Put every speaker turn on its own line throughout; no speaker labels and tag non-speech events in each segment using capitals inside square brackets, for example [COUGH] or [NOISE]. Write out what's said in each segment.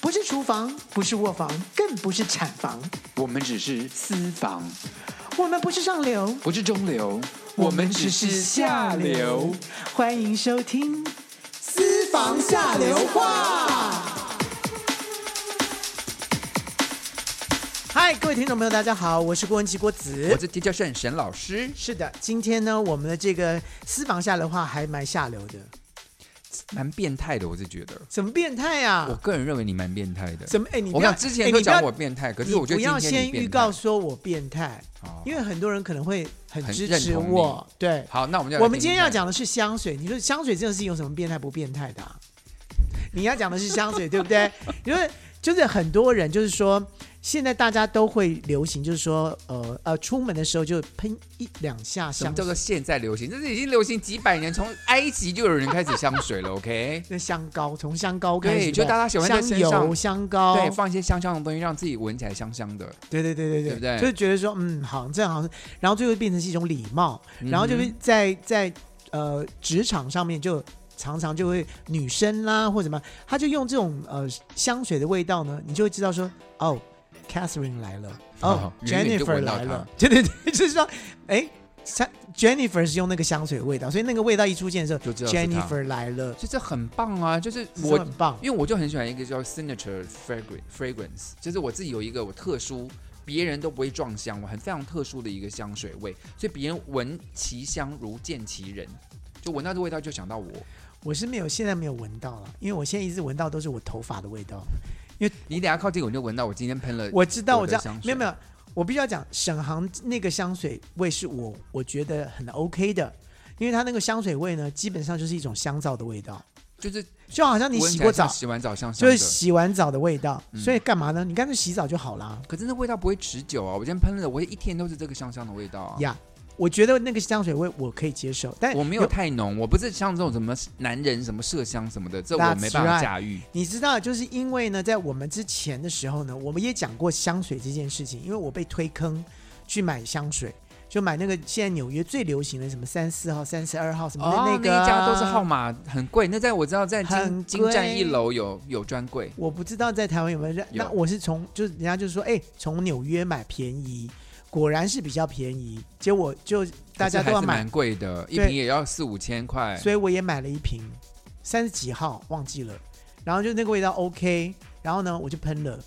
不是厨房，不是卧房，更不是产房，
我们只是私房，
我们不是上流，
不是中流，我们只是下流。。
欢迎收听《私房下流话》。嗨，各位听众朋友，大家好，我是郭文琪郭子
我。是提教圣沈老师，
是的，今天呢，我们的这个私房下流话还蛮下流的，
蛮变态的，我是觉得。
怎么变态
我
啊？
个人认为你蛮变态的。
怎么？哎，你
我
不要
讲之前
哎
都
你不要
讲我变态，可
你
是我觉
不要
得今天
先
你
预
变
告
态。
说我变态，
哦
因为很多人可能会很
很
支
认
持
同你
我。对，
好，那我们就来
我们
听
今天
听
要
看
讲的是香水，你说香水这个事情有什么变态不变态的、啊？你要讲的是香水，对不对？ [LAUGHS] 因为就是很多人就是说，现在大家都会流行，就是说，呃呃，出门的时候就喷一两下
什
香
么叫
水
做，现在流行？这是已经流行几百年，从埃及就有人开始香水了。OK，
那香膏从香膏开
对
始，不
就大家喜欢在
香
身
油、
上
香膏，
对，放一些香香的东西，让自己闻起来香香的。
对对对对对，
对不对
就是觉得说，嗯，好，这样好像，然后最后变成是一种礼貌，
嗯
然后就是在在呃职场上面就常常就会女生啦或什么，她就用这种呃香水的味道呢，你就会知道说，哦，Catherine 来了，哦
[LAUGHS] 哦远远就
，Jennifer
闻到
来了， [LAUGHS] 对对对，就是说，哎。她 Jennifer 是用那个香水的味道，所以那个味道一出现的时
就
候
知道是她
，Jennifer 来了，
就这很棒啊！就是
是
我
很棒。
因为我就很喜欢一个叫 signature fragrance fragrance，就是我自己有一个我特殊，别人都不会撞香，我很非常特殊的一个香水味，所以别人闻其香如见其人，就闻到这味道就想到我。
我是没有，现在没有闻到了，因为我现在一直闻到都是我头发的味道。
你等一下靠近我就闻到我今天喷了，
我知道，
我
我
的
知道
香，
没有
水
没有，我必须要讲沈航那个香水味是我我觉得很 OK 的，因为它那个香水味呢，基本上就是一种香皂的味道，
就是
就好像你
闻
洗
起
过
来像
澡，
洗完澡香香
就
的
是。洗完澡的味道，
嗯
所以干嘛呢？你干脆洗澡就好啦。
可是那味道不会持久啊！我今天喷了，我一天都是这个香香的味道啊。
呀、我觉得那个香水味我可以接受，但
我没有太浓，我不是像这种什么男人什么麝香什么的，这我
That's
没办法
right
驾驭。
你知道，就是因为呢，在我们之前的时候呢，我们也讲过香水这件事情，因为我被推坑去买香水。就买那个现在纽约最流行的什么三四号、三十二号什么的
哦，
个、啊
一家都是号码很贵，那在我知道在
很
金金站
贵
一楼有有专柜，
我不知道在台湾有没有人，
有
那我是从就是人家就说，哎、从纽约买便宜，果然是比较便宜，结果就大家都
可是
要
还是
买
蛮，贵的，一
对
瓶也要四五千块。
所以我也买了一瓶，三十几号忘记了，然后就那个味道 OK，然后呢我就喷了，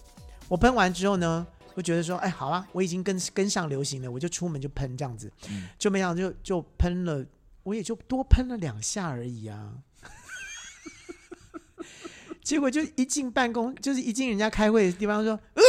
我喷完之后呢，我觉得说，哎、好啊，我已经跟跟上流行了，我就出门就喷这样子，
嗯
就没想到就就喷了，我也就多喷了两下而已啊。 [LAUGHS] 结果就一进办公，就是一进人家开会的地方，说：“呃，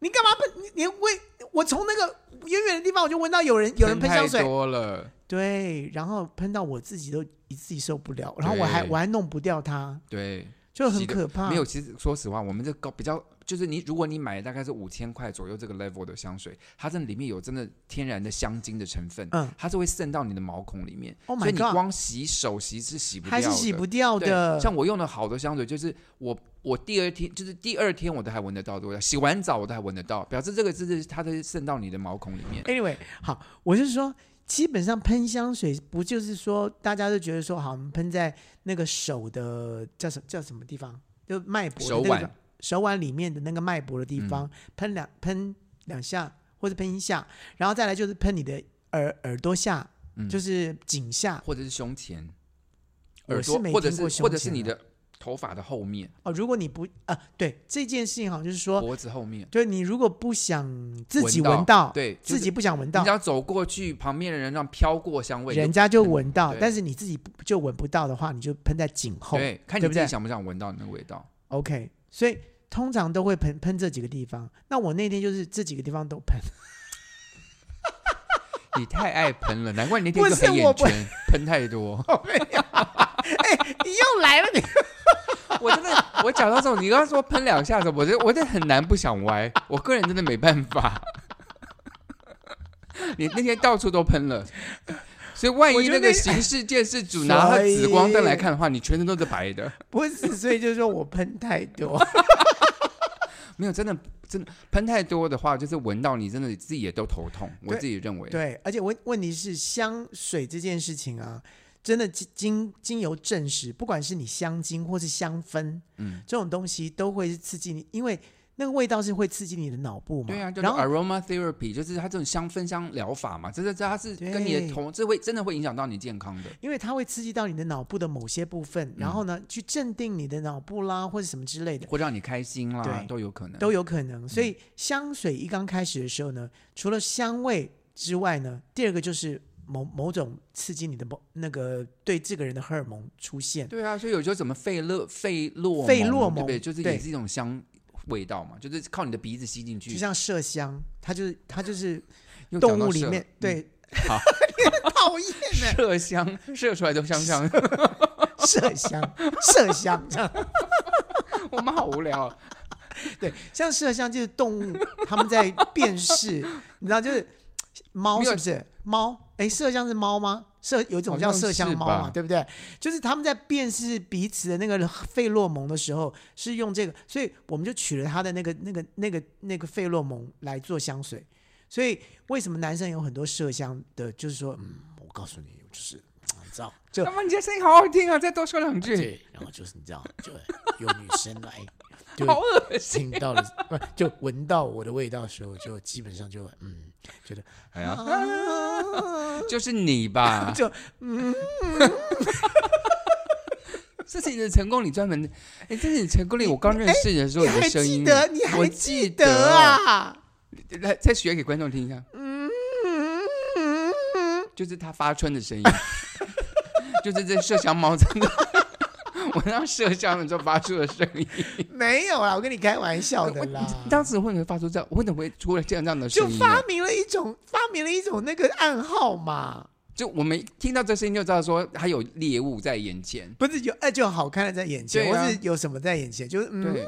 你干嘛喷？你你为我从那个远远的地方我就闻到有人有人喷
太
香水，
多了，
对，然后喷到我自己都自己受不了，然后我还
对
我还弄不掉它，
对，
就很
洗得
可怕。
没有。其实说实话，我们这高比较就是你，如果你买大概是五千块左右这个 level 的香水，它这里面有真的天然的香精的成分，
嗯
它是会渗到你的毛孔里面，
，Oh
所以
my
你
god，
光洗手洗是洗不掉
还
的，
是洗不掉
对
的。
像我用的好的香水，就是我我第二天就是第二天我都还闻得到的味道，洗完澡我都还闻得到，表示这个就是它的渗到你的毛孔里面。
Anyway，好，我是说，基本上喷香水不就是说，大家都觉得说，好，我们喷在那个手的叫什叫什么地方，就脉搏的那
手
个地方
腕，嗯
手腕里面的那个脉搏的地方，喷两喷两下或者喷一下，然后再来就是喷你的耳耳朵下，
嗯
就是颈下。
或者是胸前、
我
耳
是
朵
没，
或者
听过
是
胸
或者是
前
你
的
的头发的后面、
哦，如果你不啊，对这件事情好像就是说，
脖子后面，
就是你如果不想自己
闻
闻
到
到，
对就
哦自
是
己不想闻
你
到
只，要走过去，旁边的人让飘过香味，
人家就闻到，
对
但是你自己不就闻不到的话，你就喷在颈后。
对，看
对
你
不
自己
对
想不想闻到那个味道。 [LAUGHS]
OK，所以通常都会喷喷这几个地方。那我那天就是这几个地方都喷，
你太爱喷了，难怪你那天
不
就是黑
我
眼
不
圈，喷太多。
你又来了你。
我真的，我讲到这种，你刚刚说喷两下子，我就我真的很难不想歪。我个人真的没办法。 [LAUGHS] 你那天到处都喷了，所以万
我
一
觉
那
得
个
那
刑事建
[LAUGHS]
设组拿他紫光灯来看的话，你全身都是白的。
[LAUGHS] 不是，所以就是说我喷太多。
没有，真的真的喷太多的话，就是闻到你真的自己也都头痛。
对
我自己认为，
对，而且问问题是香水这件事情啊，真的经经经由证实，不管是你香精或是香氛
嗯，
这种东西，都会刺激你，因为那个味道是会刺激你的脑部嘛。
对啊，叫做
然后
aroma therapy，就是它这种香氛香疗法嘛，这这这它是跟你
对
的同，这会真的会影响到你健康的。
因为它会刺激到你的脑部的某些部分，然
嗯
后呢，去镇定你的脑部啦，或者什么之类的，
会让你开心啦
对，
都有可能。
都有可
嗯
能。所以香水一刚开始的时候呢，除了香味之外呢，第二个就是某某种刺激你的某那个对这个人的荷尔蒙出现。
对啊，所以有时候怎么费洛费洛
费
蒙
洛
对不对？
蒙
就是
对
也是一种香味道嘛，就是靠你的鼻子吸进去
就。像麝香，它就是它就是
又讲
动
到
物里
麝嗯
面对， [LAUGHS]
好
讨厌呢、
[LAUGHS] 麝香射出来都香香
[LAUGHS]
的，
麝香，麝香 [LAUGHS] 这样
我们好无聊啊。
对，像麝香就是动物他们在辨识，你知道就是猫
没有
是不是猫？哎，麝香是猫吗？麝有一种叫
好像
麝香
是
猫
吧
嘛，对不对？就是他们在辨识彼此的那个费洛蒙的时候，是用这个，所以我们就取了它的那个、那个、那个、那个费洛蒙来做香水。所以为什么男生有很多麝香的，就是说，嗯，我告诉你，就是嗯你知道，就
那么你的声音好好听啊，再多说两句，
对，然后就是你知道，就有女生来，就
好恶心。
听到了，不就闻到我的味道的时候，就基本上就嗯，觉得
哎呀，
啊，
哦就是你吧？
[LAUGHS] 就
这是你的成功，你专门，哎，这是你成功里我刚认识你的时候
你
你的
还
声
记
音，啊
得？你
我
还
记
得？啊？
来，再学给观众听一下，
嗯
就是他发春的声音， [LAUGHS] 就是这麝香猫真的，我让麝香的时候发出的声音。
没有啦，我跟你开玩笑的啦。
当时为什么会发出这样？为什么会出了这样这样的
就
声音呢？
发明了一种，发明了一种那个暗号嘛，
就我们听到这声音就知道说还有猎物在眼前。
不是有哎，就好看的在眼前，
对啊
或是有什么在眼前，就是嗯，
对，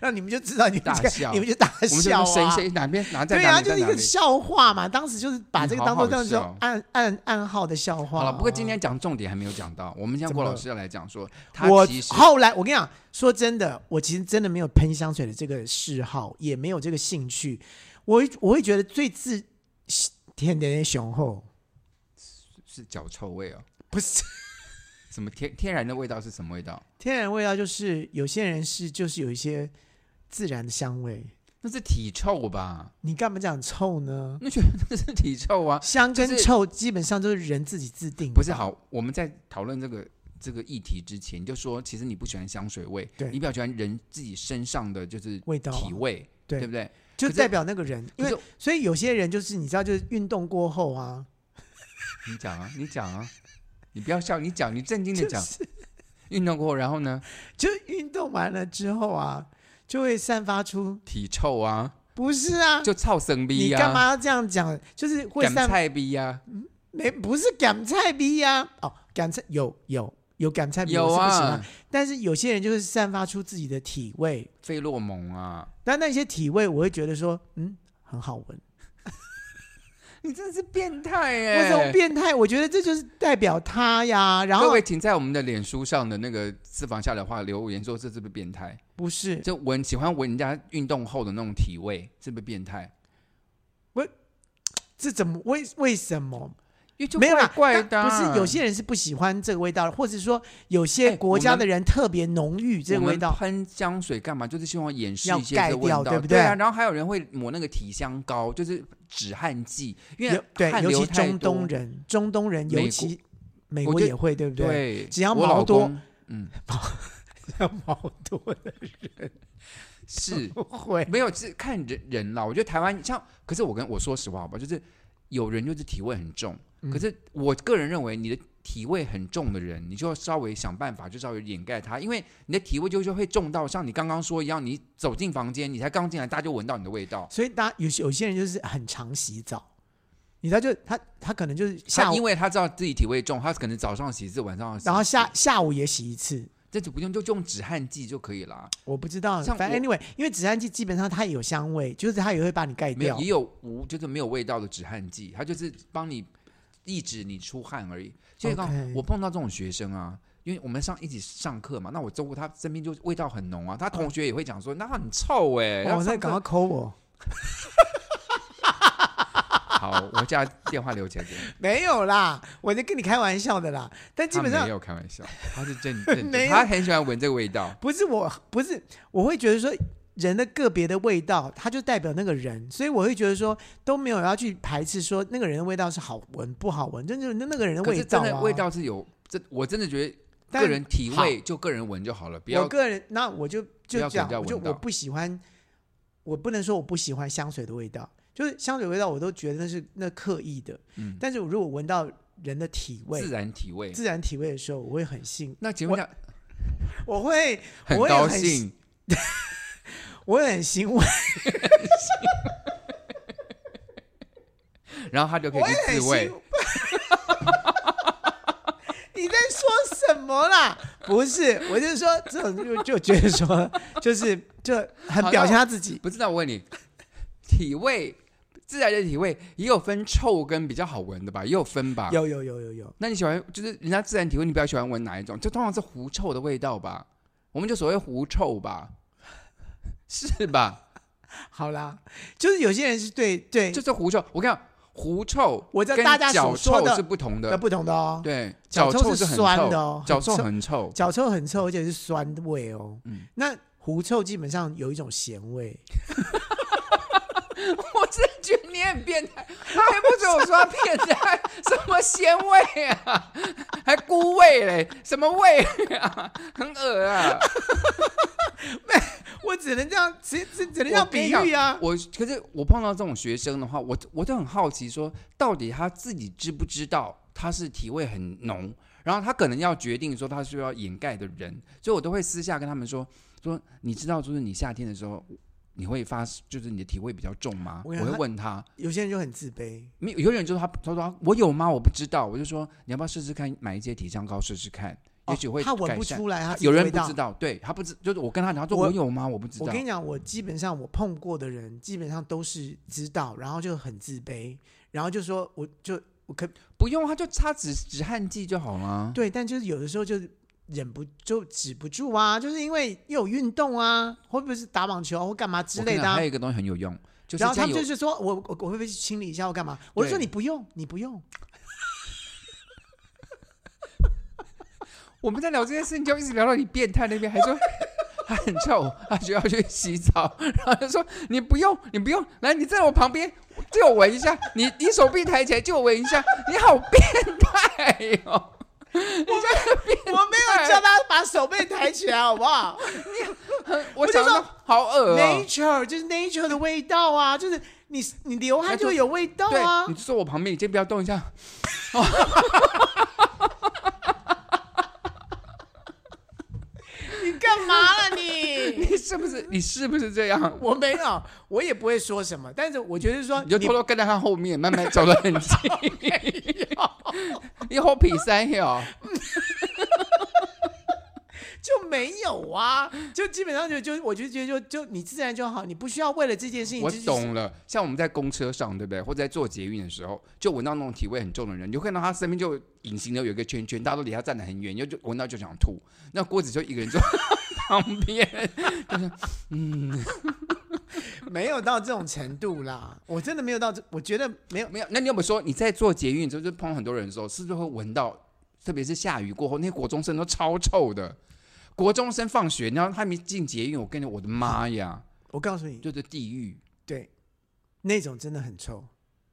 让你们就知道你们
大
这个
笑
你们就大
我们就
笑
说谁
啊。
谁哪边哪在
对
哪
啊，
里
就
在
是一
哪
个
里。
笑话嘛，当时就是把这个
嗯
当做
好好
当做
笑
暗暗暗号的笑话啊。
好了，不过今天讲重点还没有讲到，我们像
怎
郭
么
老
了
师来讲说，他
我
其实
后来我跟你讲，说真的，我其实真的没有喷香水的这个嗜好，也没有这个兴趣。我会我会觉得最自天然雄厚
是脚臭味哦，
不是 [LAUGHS]
什么天天然的味道是什么味道？
天然味道，就是有些人是就是有一些自然的香味。
那是体臭吧？
你干嘛讲臭呢？
那觉得
[LAUGHS]
那是体臭啊，
香跟
就是
臭基本上都是人自己自定的，
[LAUGHS] 不是好，我们在讨论这个这个议题之前，你就说其实你不喜欢香水味，
对
你比较喜欢人自己身上的就是
味道啊
体味，
对
不对？
就
可是
代表那个人。因为
可是
所以有些人就是你知道，就是运动过后啊，
你讲啊，你讲啊，你不要笑，你讲，你正经的讲。运动过后，然后呢，
就是运动完了之后啊，就会散发出
体臭啊，
不是啊，
就臭生逼
你
呀、
干嘛要这样讲？就是会
赶
散
菜逼啊呀、
没不是赶菜逼呀、哦，赶菜有有有赶菜逼，
有
我是不喜欢
啊，，
但是有些人就是散发出自己的体味，
费洛
[LAUGHS]
蒙啊，
但那些体味我会觉得说，嗯，很好闻。
你真的是变态哎、
我这种变态，我觉得这就是代表他呀。然
各
后
位，请在我们的脸书上的那个私房下的话留言说这是不是变态？
不是
就闻喜欢闻人家运动后的那种体味，是不是变态？
这怎么为为什么
因为就
没有
怪
啦？
怪的
但
啊、
不是有些人是不喜欢这个味道的，或者说有些
哎
国
我
家
们
的人特别浓郁这个
我
味
们
道。
喷香水干嘛？就是希望掩饰
要
一些这个味道，
盖掉对不
对
对
啊，然后还有人会抹那个体香膏，就是止汗剂，因为
有对，
汗
尤
流
其
太
中
多
东。人，中东人
美
尤
国
其美
我
国
觉得
也会，对不对？
对，
只要
我
毛
老
多
公，嗯，
毛多的
是
[LAUGHS] 会，
[LAUGHS] 没有是看人人啦。我觉得台湾像，可是我跟我说实话好吧，就是有人就是体味很重，
嗯
可是我个人认为你的。体味很重的人，你就要稍微想办法，就稍微掩盖它，因为你的体味就是会重到像你刚刚说一样，你走进房间，你才刚进来，大家就闻到你的味道。
所以大家有些有些人就是很常洗澡，你知道就他他可能就是下
他
午，
因为他知道自己体味重，他可能早上洗一次，晚上洗一次
然后下下午也洗一次，
这就不用就用止汗剂就可以了啊。
我不知道，
像
反正 anyway，因为止汗剂基本上它也有香味，就是它也会把你盖
没有
掉
也。有无就是没有味道的止汗剂，它就是帮你抑制你出汗而已。所以刚
OK
我碰到这种学生啊。因为我们上一起上课嘛，那我周过他身边就味道很浓啊，他同学也会讲说，那很臭哎、欸。
哦，
那
那赶快抠我，
[LAUGHS] 好，我叫他电话留起来给你。
没有啦，我在跟你开玩笑的啦。但 [LAUGHS] 基本
他
上
没有开玩笑，他是正
[LAUGHS]
正
没
正，
有
他很喜欢闻这个味道。
不是我，不是我会觉得说人的个别的味道，它就代表那个人，所以我会觉得说都没有要去排斥说那个人的味道是好闻不好闻，就是那个人的
可
味
是
道、
真
啊、
的味道是有，这我真的觉得
但
个人体
好
味就个人闻就好了，不
我
要
个人那我就就
要给
讲
人，家
我就
闻到
我不喜欢，我不能说我不喜欢香水的味道，就是香水味道我都觉得那是那刻意的，
嗯
但是我如果闻到人的体味。
自然体味。
自然体味的时候，我会很兴，
那请问一下，
我会，
很
我也
高
很
兴，
我会很欣慰，
然后他就可以
我也
去
很
自慰
欣。。 [LAUGHS] 你在说什么啦？不是，我就是说，这种就就觉得说，就是就很表现他自己。
不知道我问你， [LAUGHS] 体味自然的体味也有分臭跟比较好闻的吧，也有分吧。
有有有有有，
那你喜欢就是人家自然体味，你比较喜欢闻哪一种？就通常是狐臭的味道吧，我们就所谓狐臭吧，是
[LAUGHS]
吧？
好啦，就是有些人是对对
就是狐臭。我跟你讲，狐臭
我知道
跟
大家
脚
所说
臭
的
是不同
那
的，
不同的哦。
对，
脚
脚
臭
是很
酸
臭
的哦，
脚臭很臭，
脚臭很臭，而且是酸味哦。
嗯
那狐臭基本上有一种咸味，
[LAUGHS] 我真的觉得你很变态，他还不准我说他变态，什么鲜味啊， [LAUGHS] 还菇味嘞，什么味啊， [LAUGHS] 很恶啊！
我只能这样，只只只能这样
我跟
比
你讲
喻啊。
我可是我碰到这种学生的话，我我就很好奇说，到底他自己知不知道他是体味很浓，然后他可能要决定说他需要掩盖的人，所以我都会私下跟他们说说，你知道就是你夏天的时候。你会发，就是你的体味比较重吗？
我
我
跟你讲
会问他，
有些人就很自卑，
没有有些人就是他，他说我有吗？我不知道，我就说你要不要试试看，买一些体香膏试试看，也许会
哦他闻不
改善
出来，他自己
有人
味
不
道
知。道，对他不知，就是我跟他讲，他说
我
我有吗？我不知
我
道
跟。你讲，我基本上我碰过的人，基本上都是知道，然后就很自卑，然后就说我就我可
不用，啊他就擦止止汗剂就好了。
对，但就是有的时候就是忍不就止不住啊，就是因为又有运动啊，或者是打网球啊或干嘛之
我跟
类
你
的、
讲
啊
还有。一个东西很有用，就是
然后他
加
们
油
就。是说我我我会不会去清理一下或干嘛？我就说
对
你不用，你不
[LAUGHS]
用。
我们在聊这件事情，就一直聊到你变态那边，还说 [LAUGHS] 他很臭，他需要去洗澡，然后就说你不用，你不用，来，你在我旁边借我闻一下，你你手臂抬起来借我闻一下，你好变态哦
我
哟、
没有叫他把手背抬起来，好不好
[LAUGHS] 我
就
想
说
说好恶哦、
？Nature 就是 Nature 的味道啊，就是你你流汗
那
就
就
会有味道
对
啊，
你。就坐我旁边，你先不要动一下。
你干嘛了你？
你是不是？你是不是这样？
[LAUGHS] 我没有，我也不会说什么，但是我觉得说
你就偷偷跟在他后面，慢慢走得很近。 [LAUGHS] 哎你好皮三哟，
就没有啊，就基本上就就我就觉得就就你自然就好，你不需要为了这件事情。
我
就是。
懂了。像我们在公车上，对不对？或者在坐捷运的时候，就闻到那种体味很重的人，你就看到他身边就隐形的有一个圈圈，大家都离他站得很远，你就就闻到就想吐。那郭子就一个人坐旁边，
没有到这种程度啦，我真的没有到这，我觉得没有。
没有，那你有没有说你在做捷运之后，就碰到很多人的时候，是不是会闻到？特别是下雨过后，那些国中生都超臭的。国中生放学，然后他们一进捷运，我跟你我的妈呀，
我告诉你，
就是地狱。
对，那种真的很臭，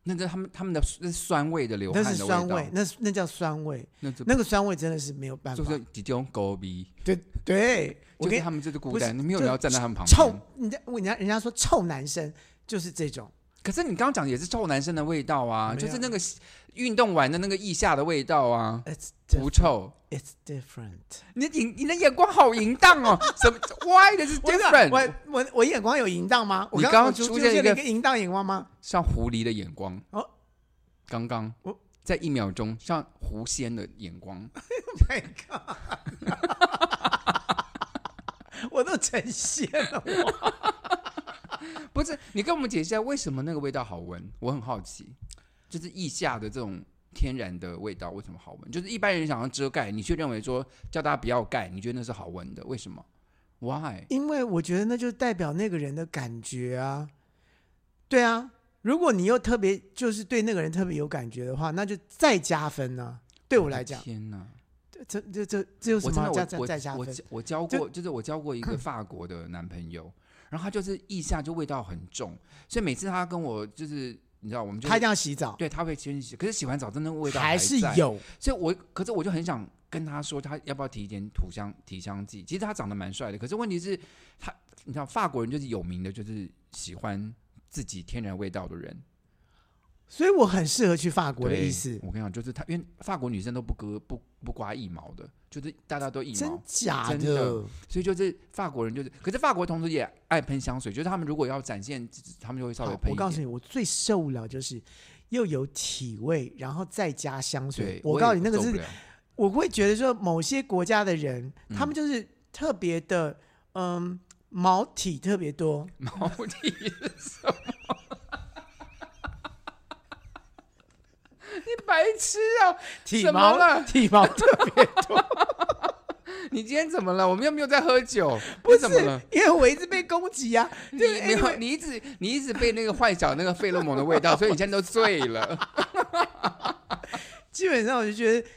那这他们他们的那是酸味的流
那
汗
是
的味道，
酸味，那是那叫酸味，
那就
那个酸味真的是没有办法
就。是几种狗逼，
对对，我
就
跟
是
你
他们就是
不
孤
是
单，没有
就
人要站在他们旁边。
臭，人家人家人家说臭男生就是这种，
可是你刚刚讲的也是臭男生的味道啊，
没有
就是那个运动完的那个腋下的味道啊，
it's
狐
diff-
臭。
it's different。
你你你的眼光好淫荡哦，什么 [LAUGHS] 歪的是
我
different，
我我我眼光有淫荡吗？我
你
刚
刚刚
我出
出
现
现
了
一
一
个
个淫荡眼光吗？
像狐狸的眼光
哦
哦，刚刚
哦
在一秒钟像狐仙的眼光， [LAUGHS]
Oh My God！我都呈现了， [LAUGHS]
不是你跟我们解释一下为什么那个味道好闻？我很好奇，就是腋下的这种天然的味道为什么好闻？就是一般人想要遮盖，你却认为说叫大家不要盖，你觉得那是好闻的，为什么？Why？
因为我觉得那就代表那个人的感觉啊。对啊，如果你又特别就是对那个人特别有感觉的话，那就再加分呢、对我来讲，
天哪！
这这这这有什
我
么
真
好加
的
再
我
再加
我我
分？
交我交
就
过，就是我交过一
[CLEARS THROAT]
个法国的男朋友，然后他就是腋下就味道很重，所以每次他跟我就是你知道我们就
他一定要洗澡，
对他会先洗，可是洗完澡真的味道
还是
在，
有
所以我可是我就很想跟他说，他要不要提一点土香提香剂？其实他长得蛮帅的，可是问题是他你知道法国人就是有名的就是喜欢自己天然味道的人，
所以我很适合去法国的
对
意思，
我跟你讲，就是他因为法国女生都不割不不刮腋毛的，就是大家都腋毛
真。假
真的所以就是法国人就是，可是法国同时也爱喷香水，就是他们如果要展现自己，他们就会稍微
好
喷一
我告诉
点。
你，我最受不了就是又有体味，然后再加香水
对，。
我
也
告诉你，那个
受不
是
了
我会觉得说，某些国家的人，
嗯
他们就是特别的，嗯，毛体特别多，
毛剃是什么？你白痴啊！
体
怎么
毛
了
体
[LAUGHS]
毛特别多。
你今天怎么了？我们又没有在喝酒，
[LAUGHS] 不
你怎么
是
了？，
因为我一直被攻击啊，
你
对
没有，你一直你一直被那个坏小那个费洛蒙的味道， [LAUGHS] 所以你现在都醉了。
基本上我就觉得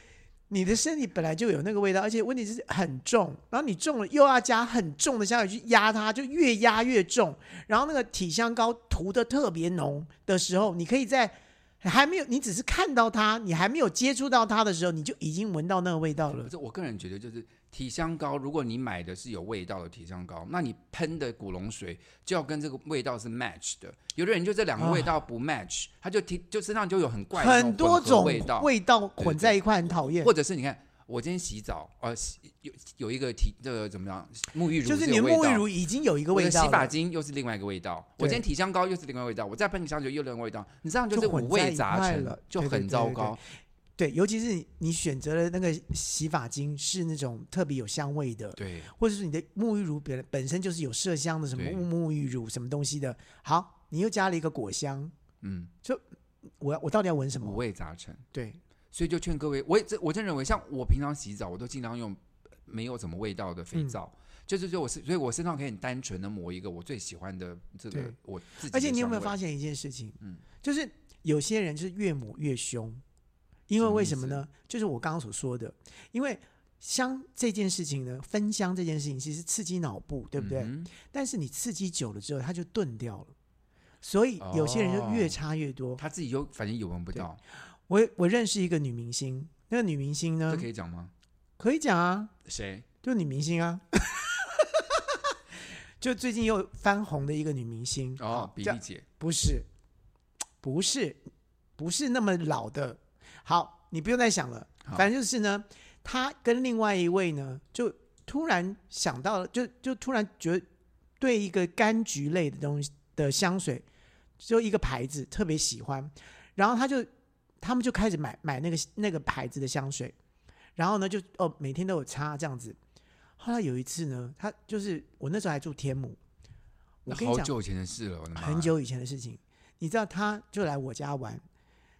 你的身体本来就有那个味道，而且问题是很重，然后你重了又要加很重的香水去压它，就越压越重。然后那个体香膏涂的特别浓的时候，你可以在还没有你只是看到它，你还没有接触到它的时候，你就已经闻到那个味道了
不。是，我个人觉得就是体香膏，如果你买的是有味道的体香膏，那你喷的古龙水就要跟这个味道是 match 的。有的人就这两个味道不 match，、他就体就身上就有很怪的那
很多
混合
种
味道，
味道混在一块，很讨厌。
或者是你看。我今天洗澡，呃，洗有有一个体这个怎么样？沐浴乳
就是
有
你的
味
沐浴
道
乳已经有一个
我
味
的
道
洗发
了，
精又是另外一个味道，我
对
今天体香膏又是另外一个味道，我再喷个香水又另外一个味道，你这样就是
就混
五
在
味
一
杂
块
陈
了，
就
对对
很
对
糟
对
糕。
对，尤其是你你选择的那个洗发精是那种特别有香味的，
对，
或者是你的沐浴乳本本身就是有麝香的，什么
对
沐浴乳什么东西的。好，你又加了一个果香，
嗯，
我要我到底要闻什
五
么？
味杂陈，
对，
所以就劝各位，我也这我真认为，像我平常洗澡，我都尽量用没有什么味道的肥
嗯
皂，就是就我是，所以我身上可以很单纯的抹一个我最喜欢的这个
对
我自己。
而且你有没有发？现一件事情？
嗯
就是有些人就是越抹越凶，因为
什么
为
意
什么
思
呢？就是我刚刚所说的，因为香这件事情呢，分香这件事情其实刺激脑部，对不对？
嗯
但是你刺激久了之后，它就钝掉了。所以有些人就越
哦
差越多
哼？。他自己又反正也闻不到，
我我认识一个女明星，那个女明星呢
这可，以讲吗？
可以讲啊，
谁？
就女明星啊，
[LAUGHS]
就最近又翻红的一个女明星
哦，比
叫
利姐，
不是，不是，不是那么老的。好，你不用再想了，
好
反正就是呢，她跟另外一位呢，就突然想到了，就就突然觉得对一个柑橘类的东西的香水，就一个牌子特别喜欢，然后她就他们就开始买买那个那个牌子的香水，然后呢就哦每天都有擦这样子。后来有一次呢，她就是我那时候还住天母，我
那
跟你
好
讲，
久以前的事了，我的妈呀！
很久以前的事情。你知道，他就来我家玩，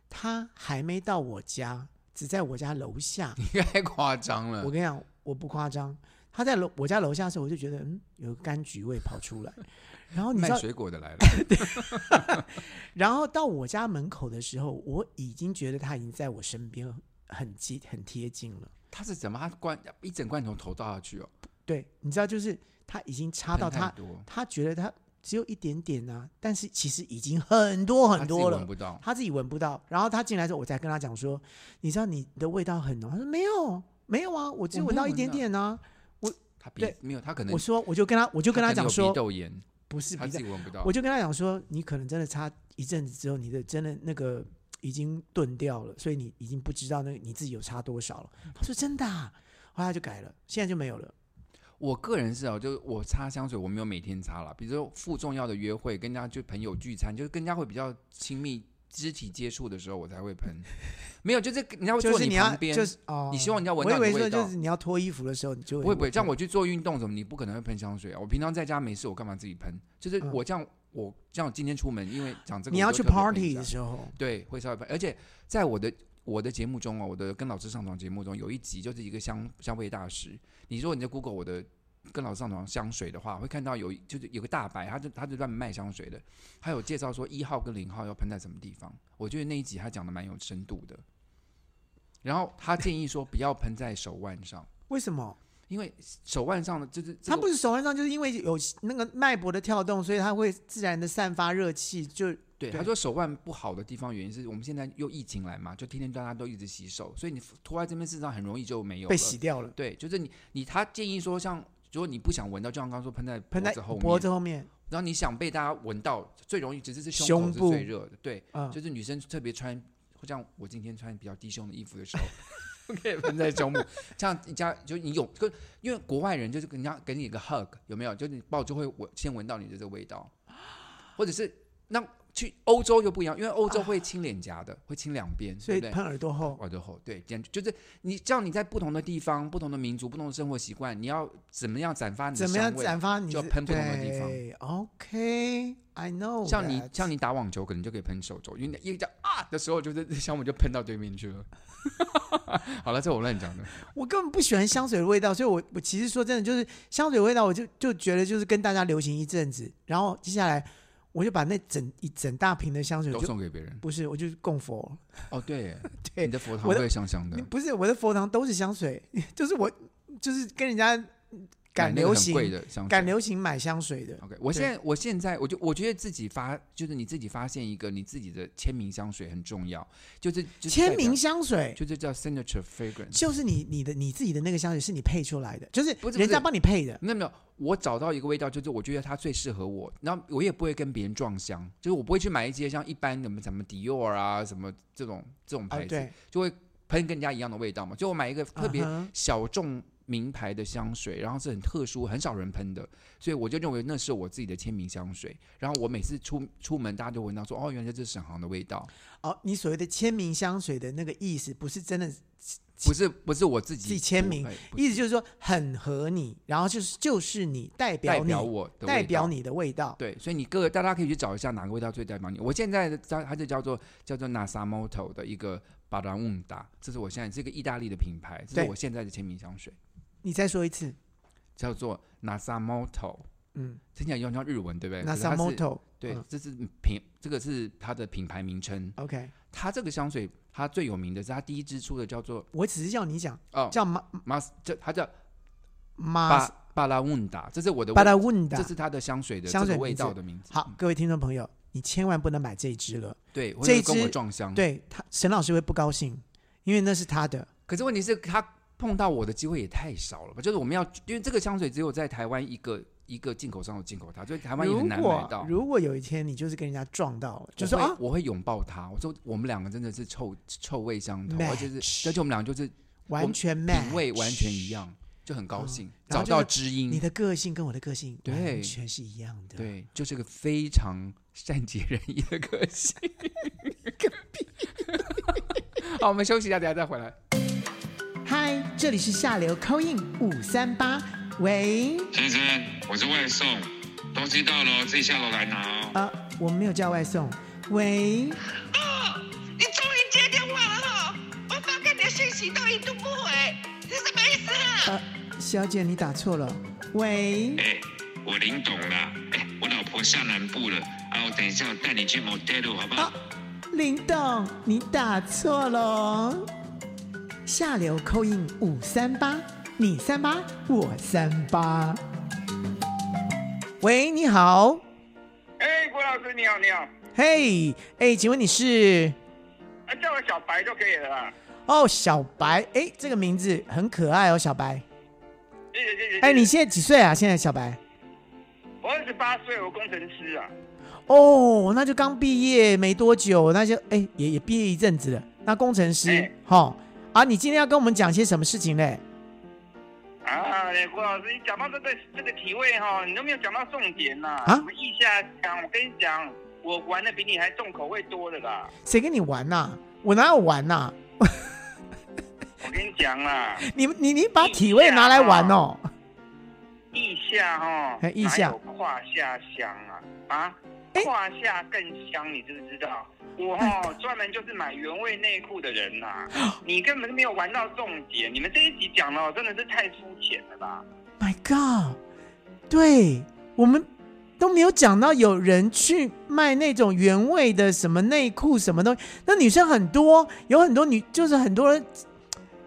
他还没到我家，只在我家楼下。
太夸张了
我。跟你讲，我不夸张，他在楼我家楼下的时候，我就觉得嗯，有个柑橘味跑出来。然后你知
卖
道，
水果的
[LAUGHS]
来了，
然后到我家门口的时候，我已经觉得他已经在我身边很近很贴近了。
他是怎么？他罐一整罐从头倒下去哦，
对，你知道，就是他已经插到
喷太
他，
多
他觉得他只有一点点啊，但是其实已经很多很多
他自己
了
闻。不到。
他自己闻不到。然后他进来之后，我才跟他讲说：“你知道你的味道很浓。”他说：“没有，没有啊，我只
我没有
闻到一
闻
点
到
点啊。
他鼻
对
没有，他可”能
我说：“我就跟他，我就跟
他
讲
可能有
说
鼻，窦炎，
不是
他
鼻
自
子，
己闻不到。
我就跟他讲说，你可能真的擦一阵子之后，你的真的那个已经钝掉了，所以你已经不知道那个你自己有差多少了。”他说：“真的、啊。”后来他就改了，现在就没有了。
我个人是啊，就是我擦香水，我没有每天擦啦。比如说负重要的约会，跟人家就朋友聚餐，就是跟人家会比较亲密肢体接触的时候，我才会喷。没有，就是人家会
就
坐
是你要
旁边，
就是哦，
你希望人家闻
我以
到
为
你的
说
味
就
道
是。你要脱衣服的时候，你就
不会不会，像我去做运动什么，你不可能会喷香水啊。我平常在家没事，我干嘛自己喷？就是
嗯
我这样，我这样今天出门，因为讲这个
你
我
要
就
去
特别喷一
party
下
的时候，
对，会稍微喷。而且在我的我的节目中哦，我的跟老师上床节目中有一集就是一个香香味大师。你如果你在 Google 我的跟老师上床香水的话，会看到有就是有个大白，他就他就专门卖香水的，他有介绍说一号跟零号要喷在什么地方。我觉得那一集他讲的蛮有深度的。然后他建议说不要喷在手腕上，
为什么？
因为手腕上的就是这
它
个
不是手腕上，就是因为有那个脉搏的跳动，所以它会自然的散发热气，就
对，
对
他说手腕不好的地方，原因是我们现在又疫情来嘛，就天天大家都一直洗手，所以你拖在这边事实上很容易就没有
被
了
洗掉了，
对，就是你你他建议说像，如果你不想闻到，就像刚刚说喷在
喷在
子后面，
脖子后面。
然后你想被大家闻到，最容易其实是
胸
胸口
部
是最热的，对，
嗯，
就是女生特别穿，像我今天穿比较低胸的衣服的时候。可以喷在胸部，这样人家就你有，就因为国外人就是人家给你一个 hug，有没有？就你抱就会闻，先闻到你的这个味道，或者是那去欧洲就不一样，因为欧洲会亲脸颊的，会亲两边，
所
对
以
不对？
喷耳朵后，
耳朵后，对，简直就是你这样，你在不同的地方、不同的民族、不同的生活习惯，你要怎么样散发你的
怎么
香
样
味？
散发你
就
的
要喷不同的地方
对？OK，I know that。
像你像你打网球，可能就可以喷手肘，因为你一讲啊的时候，就是 [LAUGHS] 香味就喷到对面去了。 [LAUGHS] 好了，这我乱讲 [LAUGHS] 的。
我根本不喜欢香水的味道，所以我我其实说真的，就是香水的味道，我就就觉得就是跟大家流行一阵子，然后接下来我就把那整一整大瓶的香水
都
就
送给别人
不是，我就供佛，，
[LAUGHS] 哦， [LAUGHS] 对耶
对
你的佛堂
我的
会香香的
你，不是我的佛堂都是香水， [LAUGHS] 就是我就是跟人家赶
买那个
流
很
行，
贵的香水哦
赶流行买香水的，
OK，我
对
现在我现在我就我觉得自己发就是你自己发现一个你自己的签名香水很重要，就是就是
签
代表
名香水
就是叫 signature fragrance。
就是你你的你自己的那个香水是你配出来的，就是
不是
人
不
家
是
帮你配的，
没有没有，我找到一个味道，就是我觉得它最适合我，然后我也不会跟别人撞香，就是我不会去买一些像一般什么什么迪奥啊什么这种这种
啊
牌子，
对，
就会喷跟人家一样的味道嘛。就我买一个特别
嗯哼
小众名牌的香水，然后是很特殊、很少人喷的，所以我就认为那是我自己的签名香水。然后我每次出出门，大家就闻到说，哦，原来这是沈航的味道，
哦，你所谓的签名香水的那个意思，不是真的
不是不是我自己
自己签名
不会，不
意思就是说很合你，然后就是就是你代表
代
你
表我的味道
代表你的味道，
对，所以你各大家可以去找一下哪个味道最代表你。我现在的它它就叫做叫做 Nasamoto 的一个 b a r a u n d a 这是我现在这个意大利的品牌，这
对
是我现在的签名香水，
你再说一次，
叫做 Nasamoto。
嗯
听起来有点像日文，对不对？
那
可是它是
Samoto
对
嗯，
这是品，这个是它的品牌名称。
OK，
它这个香水，它最有名的是它第一支出的叫做
我只是要你讲
哦
叫马
Mas，这它叫巴
马
巴拉温达，这是我的
巴
味，
拉问
这
的。
是它的香水的
香
这
水
个味
名字
道的名字。
好，各位听众朋友，你千万不能买这一支了，
对，会
这一
跟我
支
撞香。
对他沈老师会不高兴，因为那是他的。
可是问题是，他碰到我的机会也太少了吧？就是我们要，因为这个香水只有在台湾一个一个进口商有进口它，所以台湾也
如
很难买
果
到。
如果有一天你就是跟人家撞到了，就
我
说
会
啊，
我会拥抱他。我说我们两个真的是臭臭味相投，
Match
而且是，而且我们两个就是
完全 match
品味完全一。样，就很高兴、
哦然后就
找
是
到知音
你。的个性跟我的个性
对
完全是一样的。
对，就是个非常善解人意的个性。 [LAUGHS] 个屁！好，我们休息一下，等一下再回来。
嗨，这里是下流 c in 五三八，喂，
先生，我是外送，东西到了哦自己下楼来拿哦。
呃，我们没有叫外送，喂，
哦，你终于接电话了哈、我发给你的信息都一度不回，是什么意思啊？
呃，小姐你打错了，喂，
哎、我林董啦，哎、我老婆下南部了，啊，我等一下我带你去 motel 好不好？
啊，林董你打错了哦，下流 c in 五三八，你三八我三八，喂，你好，
哎，郭老师你好，你好，
嘿，哎，请问你是？
啊，叫我小白就可以了啊啦。
哦，小白，哎，这个名字很可爱哦，小白。
谢谢谢谢。
哎，你
谢
现在几岁啊？现在小白？
谢我二十八岁，我工程师啊。
哦，那就刚毕业没多久，那就哎也也毕业一阵子了。那工程师
哎，
哈、啊，你今天要跟我们讲些什么事情嘞？
啊，哎郭老师，你讲到这个这个体位哈、你都没有讲到重点呐、
啊
什么腋下腔，我跟你讲，我玩的比你还重口味多了啦。
谁跟你玩呐、我哪有玩呐、
我跟你讲啊啦，
你你你把体位拿来玩哦。
腋下哈、
哎
哪
腋下
有胯下香啊啊，
哎
胯下更香，你知不知道？我哦，专门就是买原味内裤的
[GASPS]
人呐、你根本就没有玩到重点。你们这一集讲的哦真的是太肤浅了啦。
My God！对我们都没有讲到有人去卖那种原味的什么内裤什么东西，那女生很多，有很多女就是很多人，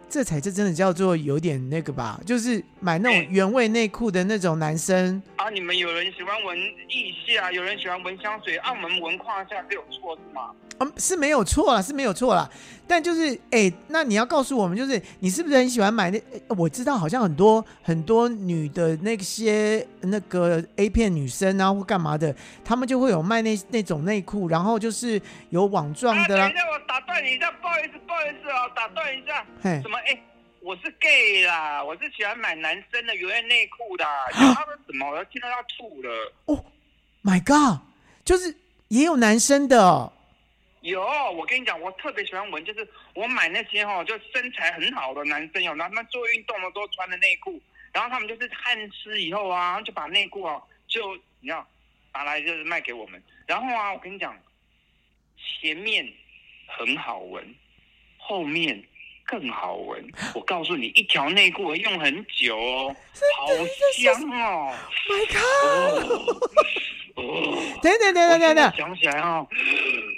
这才这真的叫做有点那个吧，就是买那种原味内裤的那种男生，
啊，你们有人喜欢闻腋下，有人喜欢闻香水，啊，我们闻胯下是有错是吗？
嗯，是没有错啦，是没有错啦。但就是，哎、那你要告诉我们，就是你是不是很喜欢买那？哎我知道好像很多很多女的那些那个 A 片女生啊，或干嘛的，她们就会有卖那那种内裤，然后就是有网状
啊，
的
等
啦
一。下，我打断你一下，不好意思，不好意思啊，打断一下。
嘿
什，么？哎、我是 gay 啦，我是喜欢买男生的原味内裤的。他们什么？我听到要吐了。
哦，My God，就是也有男生的、哦。
有，我跟你讲，我特别喜欢闻，就是我买那些哦，就身材很好的男生有，然后他们做运动的时候穿的内裤，然后他们就是汗湿以后啊，就把内裤哦，就你知道拿来就是卖给我们。然后啊，我跟你讲，前面很好闻，后面更好闻。我告诉你，一条内裤我用很久哦，好香哦，
My God，
哦，
等一等 [LAUGHS] 等一等等一等
我现在，想起来哦，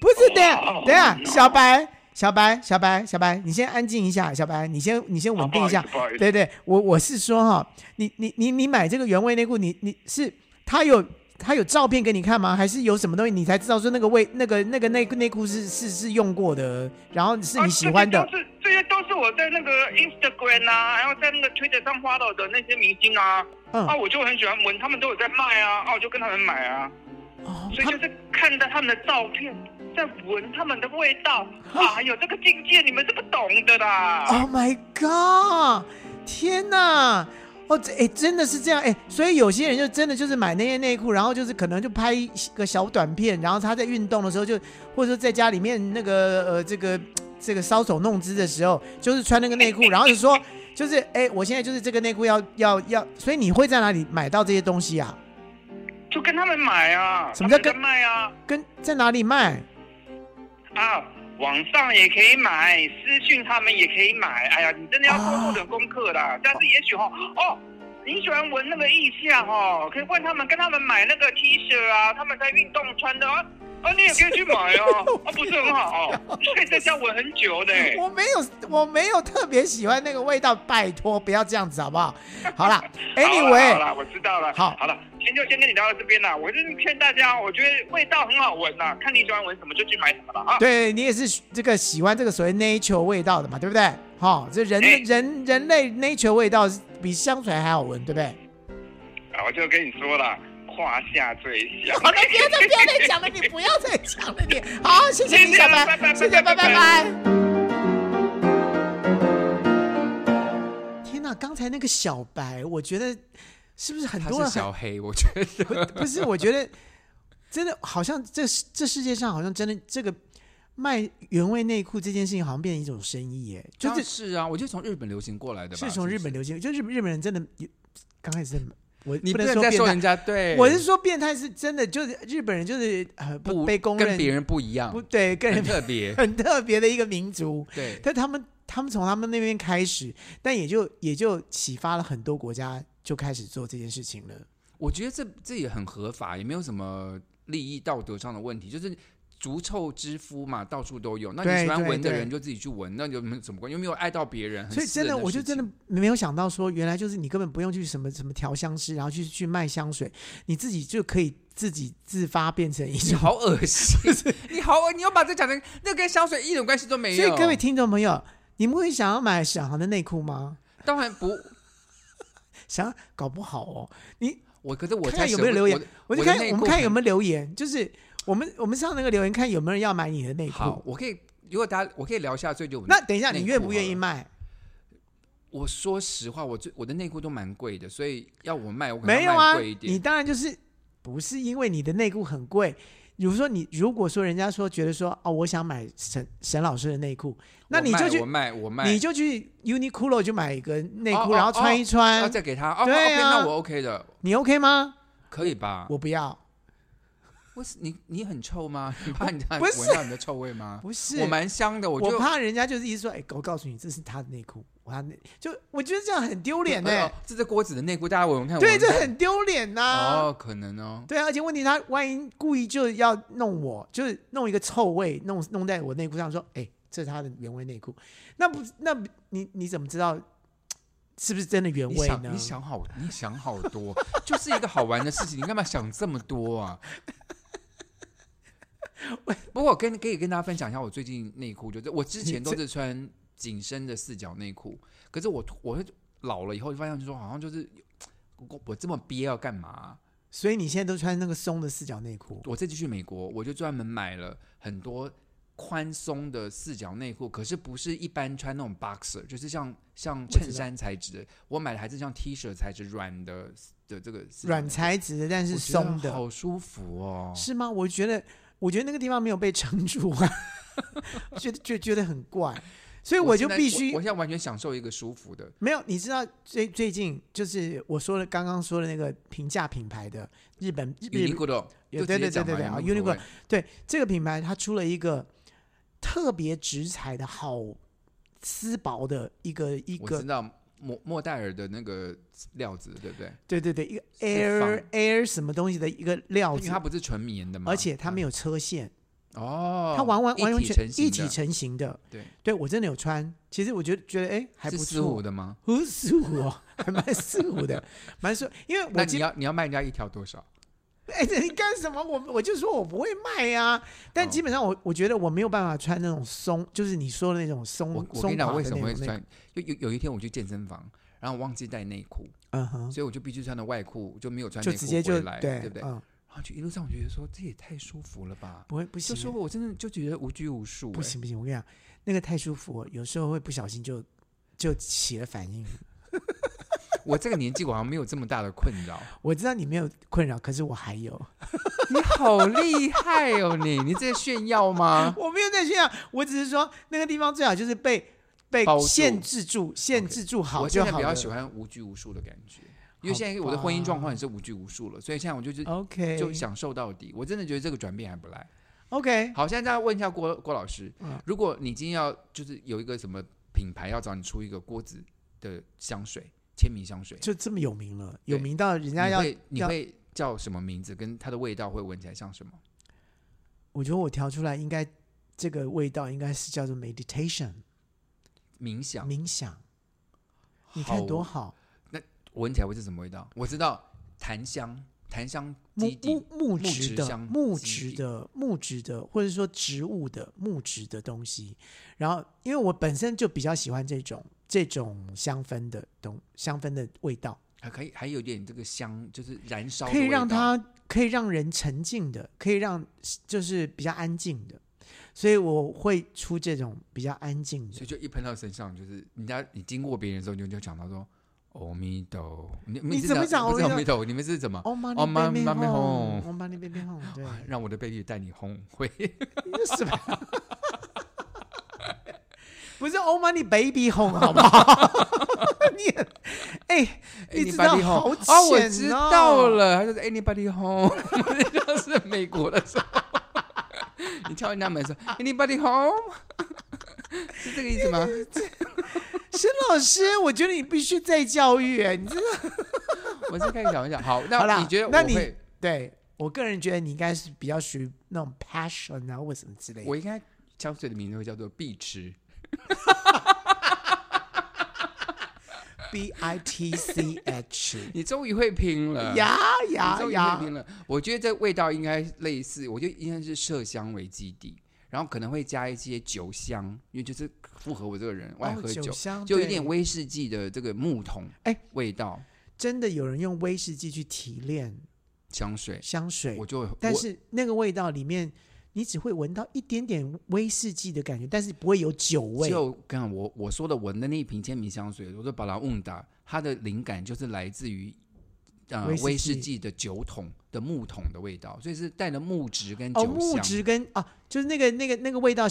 不是等一下
哦
等一下，
no
小白。小白，小白，小白，你先安静一下，小白，你先，你先
啊
稳
不
定
等
好
一
意
下
思，，不好意思，
对对，我我是说哈，你你你你买这个原味内裤，你你是他有他有照片给你看吗？还是有什么东西你才知道说那个味那个那个内内裤是是是用过的，然后是你喜欢的？
啊、这些都是这些都是我在那个 Instagram 啊，然后在那个 Twitter 上 follow 的那些明星啊，
嗯
啊，我就很喜欢闻，他们都有在卖啊，啊，我就跟他们买啊，
哦，
所以
他
就是看着他们的照片，在闻他们的味道，啊，有这个境界，你们是不懂的啦。
Oh my god！天哪！哦，这哎真的是这样哎，所以有些人就真的就是买那些内裤，然后就是可能就拍一个小短片，然后他在运动的时候就，或者说在家里面那个呃这个这个搔首弄姿的时候，就是穿那个内裤，然后就说就是哎，我现在就是这个内裤要要要，所以你会在哪里买到这些东西啊？
就跟他们买啊，
什么叫
他们在
跟
卖啊？
跟在哪里卖？
啊，网上也可以买，私讯他们也可以买。哎呀，你真的要多做点功课
啊
啦。但是也许哈，哦，你喜欢闻那个腋下哈，可以问他们，跟他们买那个 T 恤啊，他们在运动穿的啊。啊，你也可以去买
[LAUGHS]
哦，啊，不是很好哦，你可以在家闻很久呢。
我没有，我没有特别喜欢那个味道，拜托不要这样子好不好？好啦
anyway，
，Anyway，
好了，我知道了。
好
好了，今天就先跟你聊到这边啦。我就是劝大家，我觉得味道很好闻呐，看你喜欢闻什么就去买什么了 [LAUGHS] 啊。
对你也是这个喜欢这个所谓 nature 味道的嘛，对不对？哈、这人、
哎
人人类 nature 味道是比香水还好闻，对不
[LAUGHS]
对？
啊，我就跟你说了，胯下最香。
好了，不要再不要再讲了，你不要再讲了，你好，谢谢你，
谢谢
小
啊
白，
[LAUGHS] 拜拜
谢谢，拜
拜
拜
拜
拜。天哪，刚才那个小白，我觉得是不是很
他
多
是
人很
小黑，我觉得。
不是，我觉得 [LAUGHS] 真的好像这这世界上好像真的这个卖原味内裤这件事情好像变成一种生意耶， [LAUGHS] 就
就是是啊，我就从日本流行过来的吧，
是从日
不
本流行，就日本日本人真的有刚开始真的我
你
不
不
能
能
说
再
变
说人
态，
家对，
我是说变态是真的，就是日本人就是呃不
不
被公
跟
认
别人不一样
不，对跟
很
人。
特别
[LAUGHS] 很特别的一个民族，
对，
但他们他们从他们那边开始，但也就也就启发了很多国家就开始做这件事情了。
我觉得这这也很合法，也没有什么利益道德上的问题，就是。逐臭之夫嘛，到处都有。那
对
你喜欢
对
闻的
对
人就自己去闻，那有没有什么关系？又没有爱到别人，很
所以
私
真
人
的，
的，
我就真的，没有想到说，原来就是你根本不用去什么什么调香师，然后去去卖香水，你自己就可以自己自发变成一
[LAUGHS] 你
种。
好恶心，
[LAUGHS]
你好恶，你又把这讲成那跟香水一点关系都没
所
有。
以各位听众朋友，你们会想要买沈航的内裤吗？
当然不，
想要搞不好哦，你
我可是我
[LAUGHS] 看
才
看有
舍
没有
不
留言
我的
我就
的
看
内
我们
裤
看
很
有没有留言，就是我们我们上那个留言看有没有人要买你的内
好
裤。，
我可以，如果大家我可以聊一下最近我们
那等一下，
内
你
裤
愿不
好
愿意
了？
卖？
我说实话，我最我的内裤都蛮贵的，所以要我卖，我可能
没有
要
啊
卖贵一，点。
你当然就是不是因为你的内裤很贵。比如说你如果说人家说觉得说哦，我想买沈沈老师的内裤，那
我
你
卖
就去
我卖我卖，
你就去 Uniqlo 就买一个内裤，
哦哦
然后穿一穿，
要再给他哦
对
，OK，
啊
那我 OK 的，
你 OK 吗？
可以吧？
我不要，
我是你你很臭吗？ [LAUGHS] 你怕你
不是
闻到你的臭味吗？
不是
我蛮香的，我
我
就
怕人家就是一直说，哎、我告诉你，这是他的内裤，哇，那就我觉得这样很丢脸呢、
哦这是郭子的内裤，大家闻闻看。
对，
闻闻
这
看
很丢脸呐、
哦，可能哦。
对啊，而且问题他万一故意就要弄我，就是弄一个臭味，弄弄在我内裤上，说，哎、这是他的原味内裤，那不那不你你怎么知道是不是真的原
你
味呢
想，？你想好，你想好多， [LAUGHS] 就是一个好玩的事情，你干嘛想这么多
[LAUGHS]
啊？不过我跟可以跟大家分享一下，我最近内裤就是我之前都是穿紧身的四角内裤，可是我我老了以后就发现，就说好像就是我我这么憋要干嘛、
所以你现在都穿那个松的四角内裤，
我这次去美国，我就专门买了很多宽松的四角内裤，可是不是一般穿那种 boxer，就是像像
知道
衬衫材质的。我买的还是像 T 恤材质软的的这个四角内
软
裤
材质的，但是
我觉得
松的，
好舒服哦。
是吗？我觉得，我觉得那个地方没有被撑住啊， [LAUGHS] 觉得觉觉得很怪，所以我就
现在
必须
我，我现在完全享受一个舒服的。
没有，你知道最最近就是我说的刚刚说的那个平价品牌的日本日日
Uniqlo，
有
就
对对对
直接讲
对
嘛
对啊
也无所谓
，Uniqlo 对这个品牌，它出了一个特别直裁的好丝薄的一个一
我
个
知，道莫莫代尔的那个料子，对不对？
对对对，一个
是
Air
仿
Air 什么东西的一个料
因为
子
它，不是纯棉的嘛，
而且它没
有
有车线，
哦，
它完完
一
完完
体
全
成型
一体
的
成型的。
对，
对我真的有穿，其实我觉得觉得哎还
是
不
丝五
错，
的吗？
不是四五 [LAUGHS] 哦，还蛮四五的，蛮舒。因为我
那
今
你要你要卖人家一条多少？
哎，这你干什么？我我就说我不会卖呀、但
哦
基本上我我觉得我没有办法穿那种松，就是你说的那种松
我我
嗯
跟
松
你
垮
讲
的
为
那
什
种
么会
内
穿？有有有一天我去健身房，然后我忘记带内裤，
嗯哼，
所以我就必须穿的外裤，就没有穿
就
内
直
裤
接就
回来，
对
不对？
嗯，
然后就一路上我觉得说这也太舒服了吧，
不会不行
就
欸，
说我真的就觉得无拘无束、
不
哎
行不行，我跟你讲，那个太舒服了，有时候会不小心就就起了反应。
欸我这个年纪我好像没有这么大的困
[LAUGHS]
扰。
我知道你没有困扰，可是我还有，
你好厉害哦，你你这炫耀
[LAUGHS]
吗？
我没有在炫耀，我只是说那个地方最好就是被被
包住
限制住，限
OK，
制住好
我
就
现在
好
比
了。
较喜欢无拘无束的感觉，因为现在我的婚姻状况也是无拘无束了，所以现在我就是。
OK
就享受到底，我真的觉得这个转变还不赖。
OK，
好，现在大家问一下郭郭老师
嗯，
如果你今天要就是有一个什么品牌要找你出一个郭子的香水签名香水，
就这么有名了，有
对
名到人
你
家要
会你
要
会叫什么名字？跟它的味道会闻起来像什么？
我觉得我调出来应该这个味道应该是叫做 meditation
冥想，
冥想，你看多好，
闻起来会是什么味道？我知道檀香，檀香
木
基底
木木
木
质
质
的
香
木
基
质
底
的木质的，或者说植物的木质的东西。然后，因为我本身就比较喜欢这种这种香氛的东香氛的味道，
还可以，还有点这个香，就是燃烧的
可以
味
让
道
它可以让人沉静的，可以让就是比较安静的，所以我会出这种比较安静的
所以。就一喷到身上，就是人家你经过别人的时候，你就就讲到说“阿弥陀”，你
你
是
怎么
哪
讲
不是
阿弥
阿弥陀，你们是怎么？
哦妈，
哦妈
你
妈
被
咪
变
哄
红，哦妈，你被变红，对，
让我的 baby 带你红会
这什么？ [LAUGHS] 不是 Oh Money Baby Home 好不好？ [LAUGHS] 你很哎、你知道
anybody
好
home
浅
哦，我知
哦
道。了，他就是 anybody home，就是美国的时候， [LAUGHS] 你敲人家门说 anybody home，是这个意思吗？
[LAUGHS] 沈老师，我觉得你必须再教育、哎，你真的
我是开始想一想，好，
好
那
啦
你觉得
那
我
你
会，
对我个人觉得你应该是比较属于那种 passion 啊，或什么之类的。
我应该香水的名字会叫做碧池。
B I T C
[LAUGHS]
H
你终于会拼了
呀
嗯
哎
你
呀
终于会
呀
拼！了。我觉得这味道应该类似，我觉得应该是麝香为基底，然后可能会加一些酒香，因为就是符合我这个人，我爱
哦
喝
酒香
就有
对
一点威士忌的这个木桶
哎
味道
真的有人用威士忌去提炼
香水，
香水
我，就会
但
我
是那个味道里面，你只会闻到一点点威士忌的感觉，但是不会有酒味。
就跟我我说的，我的那一瓶签名香水，我说把它问达，它的灵感就是来自于。呃
威士，忌
威士忌的酒桶的木桶的味道，所以是带了木质跟酒
哦，
香。
木质跟啊，就是那个那个那个味道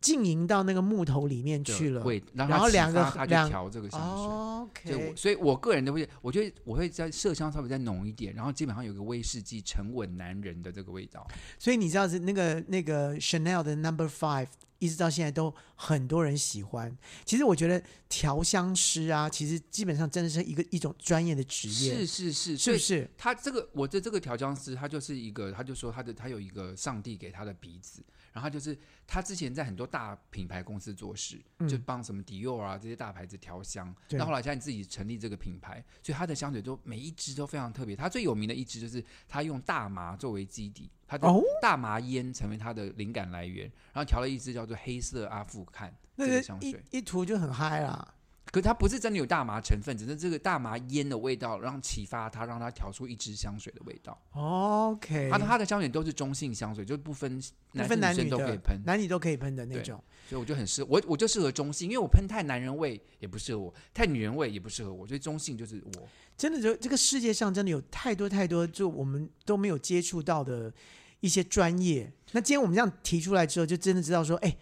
浸淫到那个木头里面去了。
会，然
然后两个
他就
两
调这个香水。
哦
所以我，
OK，
所以我个人都会，我觉得我会在麝香稍微再浓一点，然后基本上有个威士忌沉稳男人的这个味道。
所以你知道是那个那个 Chanel 的 Number Five 一直到现在都很多人喜欢。其实我觉得调香师啊，其实基本上真的是一个一种专业的职业
是，是
是
是，所
不
以
是？
他这个我的这个调香师，他就是一个，他就说他的他有一个上帝给他的鼻子，然后他就是他之前在很多大品牌公司做事，就
嗯
帮什么迪奥啊这些大牌子调香，
对
那后来现在自己成立这个品牌，所以他的香水都每一支都非常特别。他最有名的一支就是他用大麻作为基底，他的
哦
大麻烟成为他的灵感来源，然后调了一支叫做黑色阿富汗这
那
个
个
香水
一。一涂就很嗨啦。
可是它不是真的有大麻成分，只是这个大麻烟的味道让启发他，让他调出一支香水的味道。
OK，
啊他的他的香水都是中性香水，就不分
不
男
分
生
男
女
女
生都可以
的
喷，，
男女都可以喷的那
对
种。
所以我就很适我我就适合中性，因为我喷太男人味也不适合我，太女人味也不适合我，所以中性就是我。
真的就这个世界上真的有太多太多，就我们都没有接触到的一些专业。那今天我们这样提出来之后，就真的知道说，哎，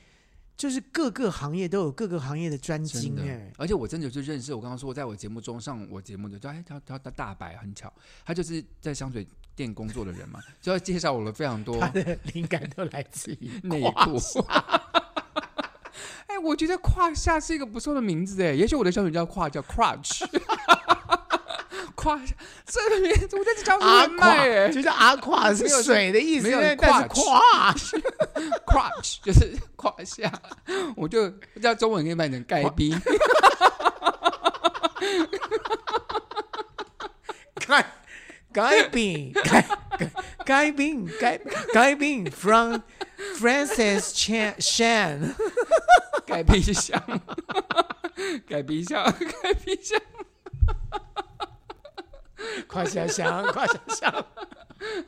就是各个行业都有各个行业的专
真
精
的，
哎。
而且我真的就认识，我刚刚说我在我节目中上我节目的，就哎，他他他大白很巧，他就是在香水店工作的人嘛，就要介绍我了非常
[LAUGHS]
多
他的灵感都来自于
[LAUGHS] 内
跨
裤。哎，我觉得胯下是一个不错的名字哎，也许我的香水叫胯，叫 crutch。胯下，这个名字我在这香水
阿
很卖
胯，
哎
就是阿胯是
没有
水的意思，
没有
对但是胯
，crutch 就是胯下，我就叫中文可以翻译成盖逼。
改改饼改改改饼改改饼 from Francis Chan Shan
改皮箱，改皮箱，改皮箱，
胯下香胯下香，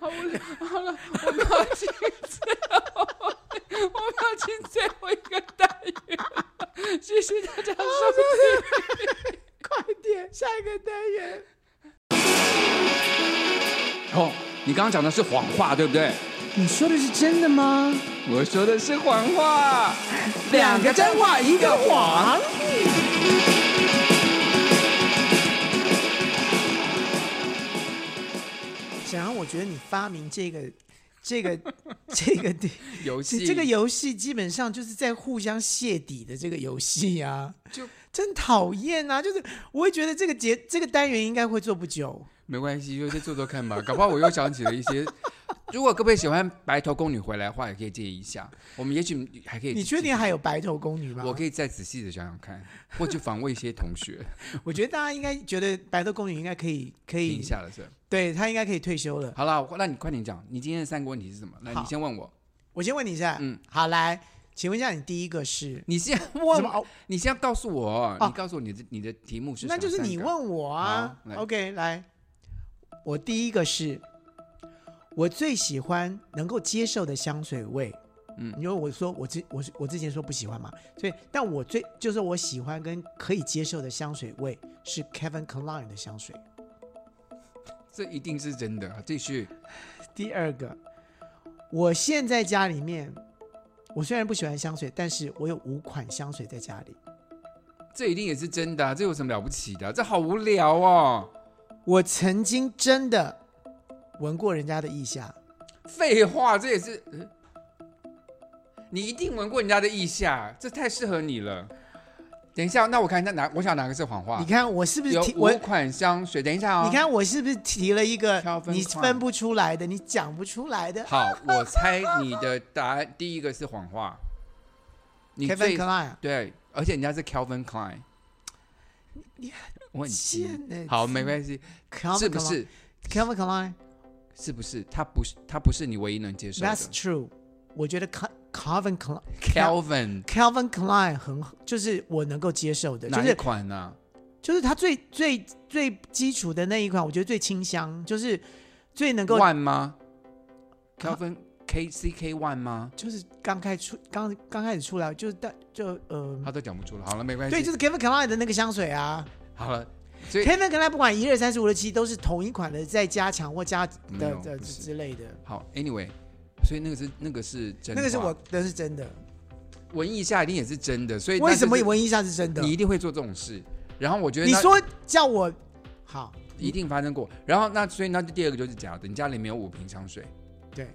我们要进最后，我们要进最后一个单元，谢谢大家收听。
[LAUGHS] 快点下一个单元。
哦，你刚刚讲的是谎话，对不对？
你说的是真的吗？
我说的是谎话，
两个真
话，一个谎。
小杨，我觉得你发明这个、这个、这个地
[LAUGHS] 游戏
这个游戏，基本上就是在互相泄底的这个游戏啊，
[LAUGHS] 就
真讨厌啊！就是我会觉得这个节这个单元应该会做不久。
没关系，就先做做看吧，搞不好我又想起了一些。如果各位喜欢《白头宫女回来》的话，也可以建议一下，我们也许还可以。
你确定还有白头宫女吗？
哎我可以再仔细的想想看，或去访问一些同
[LAUGHS]
学。
我觉得大家应该觉得白头宫女应该可以可
停
以
一，下了是吧。
对她应该可以退休了。
好了，那你快点讲，你今天的三个问题是什么？来，
好
你先问我。
我先问你一下，
嗯，
好来，请问一下你第一个是？
[LAUGHS] 你先
什
问
么
我，你先告诉我，
哦
你告诉我你的你的题目是什么？
那就是你
三个。
问我啊
好。来
OK，来，我第一个是，我最喜欢能够接受的香水味。
嗯
因为我说我之我我之前说不喜欢嘛，所以但我最就是我喜欢跟可以接受的香水味是 Kevin Klein 的香水。
这一定是真的。继续，
第二个，我现在家里面，我虽然不喜欢香水，但是我有五款香水在家里。
这一定也是真的啊、这有什么了不起的啊、这好无聊哦。
我曾经真的闻过人家的腋下，
废话，这也是。呃你一定闻过人家的腋下，这太适合你了。等一下，那我看一下哪，我想哪个是谎话
你。看我是不是
有
提我
五款香水，等一下哦。
你，看我是不是提了一个
挑分
你
块
分不出来的，你讲不出来的
好，我猜你的答案第一个是谎话。你
Kevin
最
Klein？啊
对，而且人家是 Calvin Klein。我很急
贱呢
好，没关系，
Calvin
是不是？
Klein，Calvin Klein？That's
是不是？他不是，他不是你唯一能接受的。
true。我觉得 Cal- Calvin Klein
Calvin
Calvin Klein 很就是我能够接受的，就
哪一
是
款啊呢？
就是它最最最基础的那一款，我觉得最清香，就是最能够
One 吗？Calvin K C K One 吗？
就是刚开出刚刚开始出来就是但就呃
他都讲不出了。好了，没关系。
对，就是 Kevin Klein 的那个香水啊。
好了。所以
Kevin 跟他不管一二三四五六七都是同一款的，在加强或加
没有
的的
不是
之类的。
好，Anyway，所以那个是那个是真话，
那个是我的是真的，
闻一下一定也是真的。所以那
为什么
就是
闻一下是真的？
你一定会做这种事？然后我觉得
你
那
说叫我好，
一定发生过。然后那所以那第二个就是假的，你家里没有五瓶香水。
对，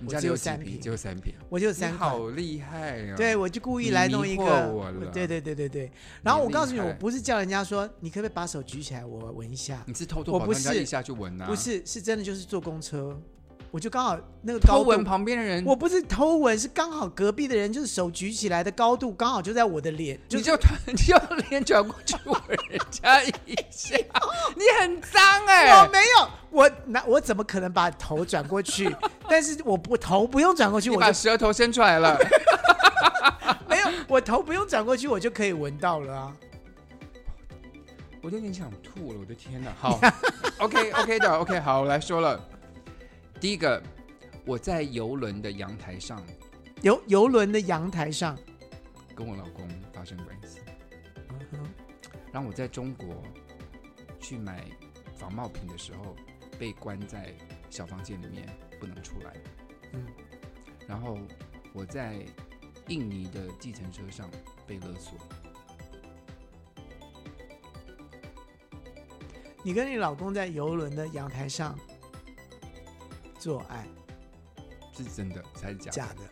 你
我
家
只
里有
有
几
三
瓶？
瓶
只有三瓶，
我就有
你
三款。
好厉害啊！
对，我就故意
你
来
迷
弄一
惑
个，
我了
对对对对对。然后我
厉
告诉你，
害
我不是叫人家说你可不可以把手举起来，我闻一下，
你是偷偷
我
跑
不
人家
是
腋下去闻啊？
不，是，是真的就是坐公车，我就刚好那个
偷
高
闻
度，
旁边的人，
我不是偷闻，是刚好隔壁的人就是手举起来的高度刚好就在我的脸，就
你就 [LAUGHS] 你就脸转过去闻人家一 [LAUGHS] 下，你很脏哎、
我没有，我那我怎么可能把头转过
[LAUGHS]
去？但是我不头不用转过去，
你
我
把 [LAUGHS]
就
舌头伸出来了，
没有，我头不用转过去，我就可以闻到了啊。
[LAUGHS] 我都有点想吐了，我的天哪！ [LAUGHS] 好，OK OK 的 OK，好，我来说了。第一个，我在游轮的阳台上
游游轮的阳台上，
跟我老公发生关系，嗯然后我在中国去买仿冒品的时候被关在小房间里面不能出来，
嗯，
然后我在印尼的计程车上被勒索，
你跟你老公在游轮的阳台上做爱，
是真的才是假的？
假的。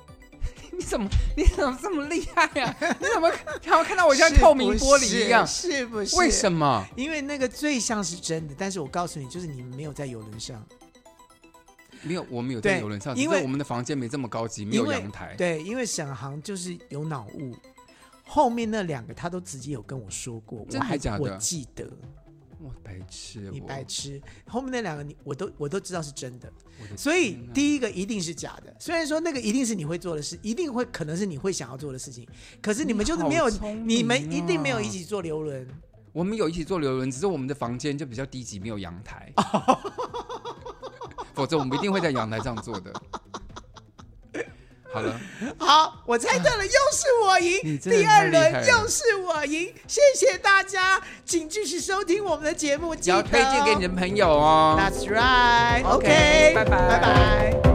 [LAUGHS] 你怎么你怎么这么厉害啊呀、 [LAUGHS] 你怎么好像看哦到我像
是
透明
不
玻璃一样？
是是不是？
为什
么？
么？
因为那个最像是真的，但是我告诉你，就是你没有在游轮上，
没有，我们有在
对
游轮上，
因
只是
为
我们的房间没这么高级，没
因
有
为
阳台。
对，因为沈航就是有脑雾。后面那两个他都直接有跟我说过，我
真的
还
假的
我记得
我白痴，
你
我
白痴。后面那两个你我都我都知道是真的，
我的
所以
天哪
第一个一定是假的。虽然说那个一定是你会做的事，一定会可能是你会想要做的事情，可是你们就是没有，
你好聪明啊
你们一定没有一起坐游轮。
我们有一起坐游轮，只是我们的房间就比较低级，没有阳台。否则我们一定会在阳台上坐的。好了，
好，我猜对了，又是我
你
赢，
真的
第二
太厉害
轮
了
又是我赢，谢谢大家，请继续收听我们的节目，记
也要
得
推荐给你
哦
的朋友哦。
That's right，OK，、
拜拜
拜拜。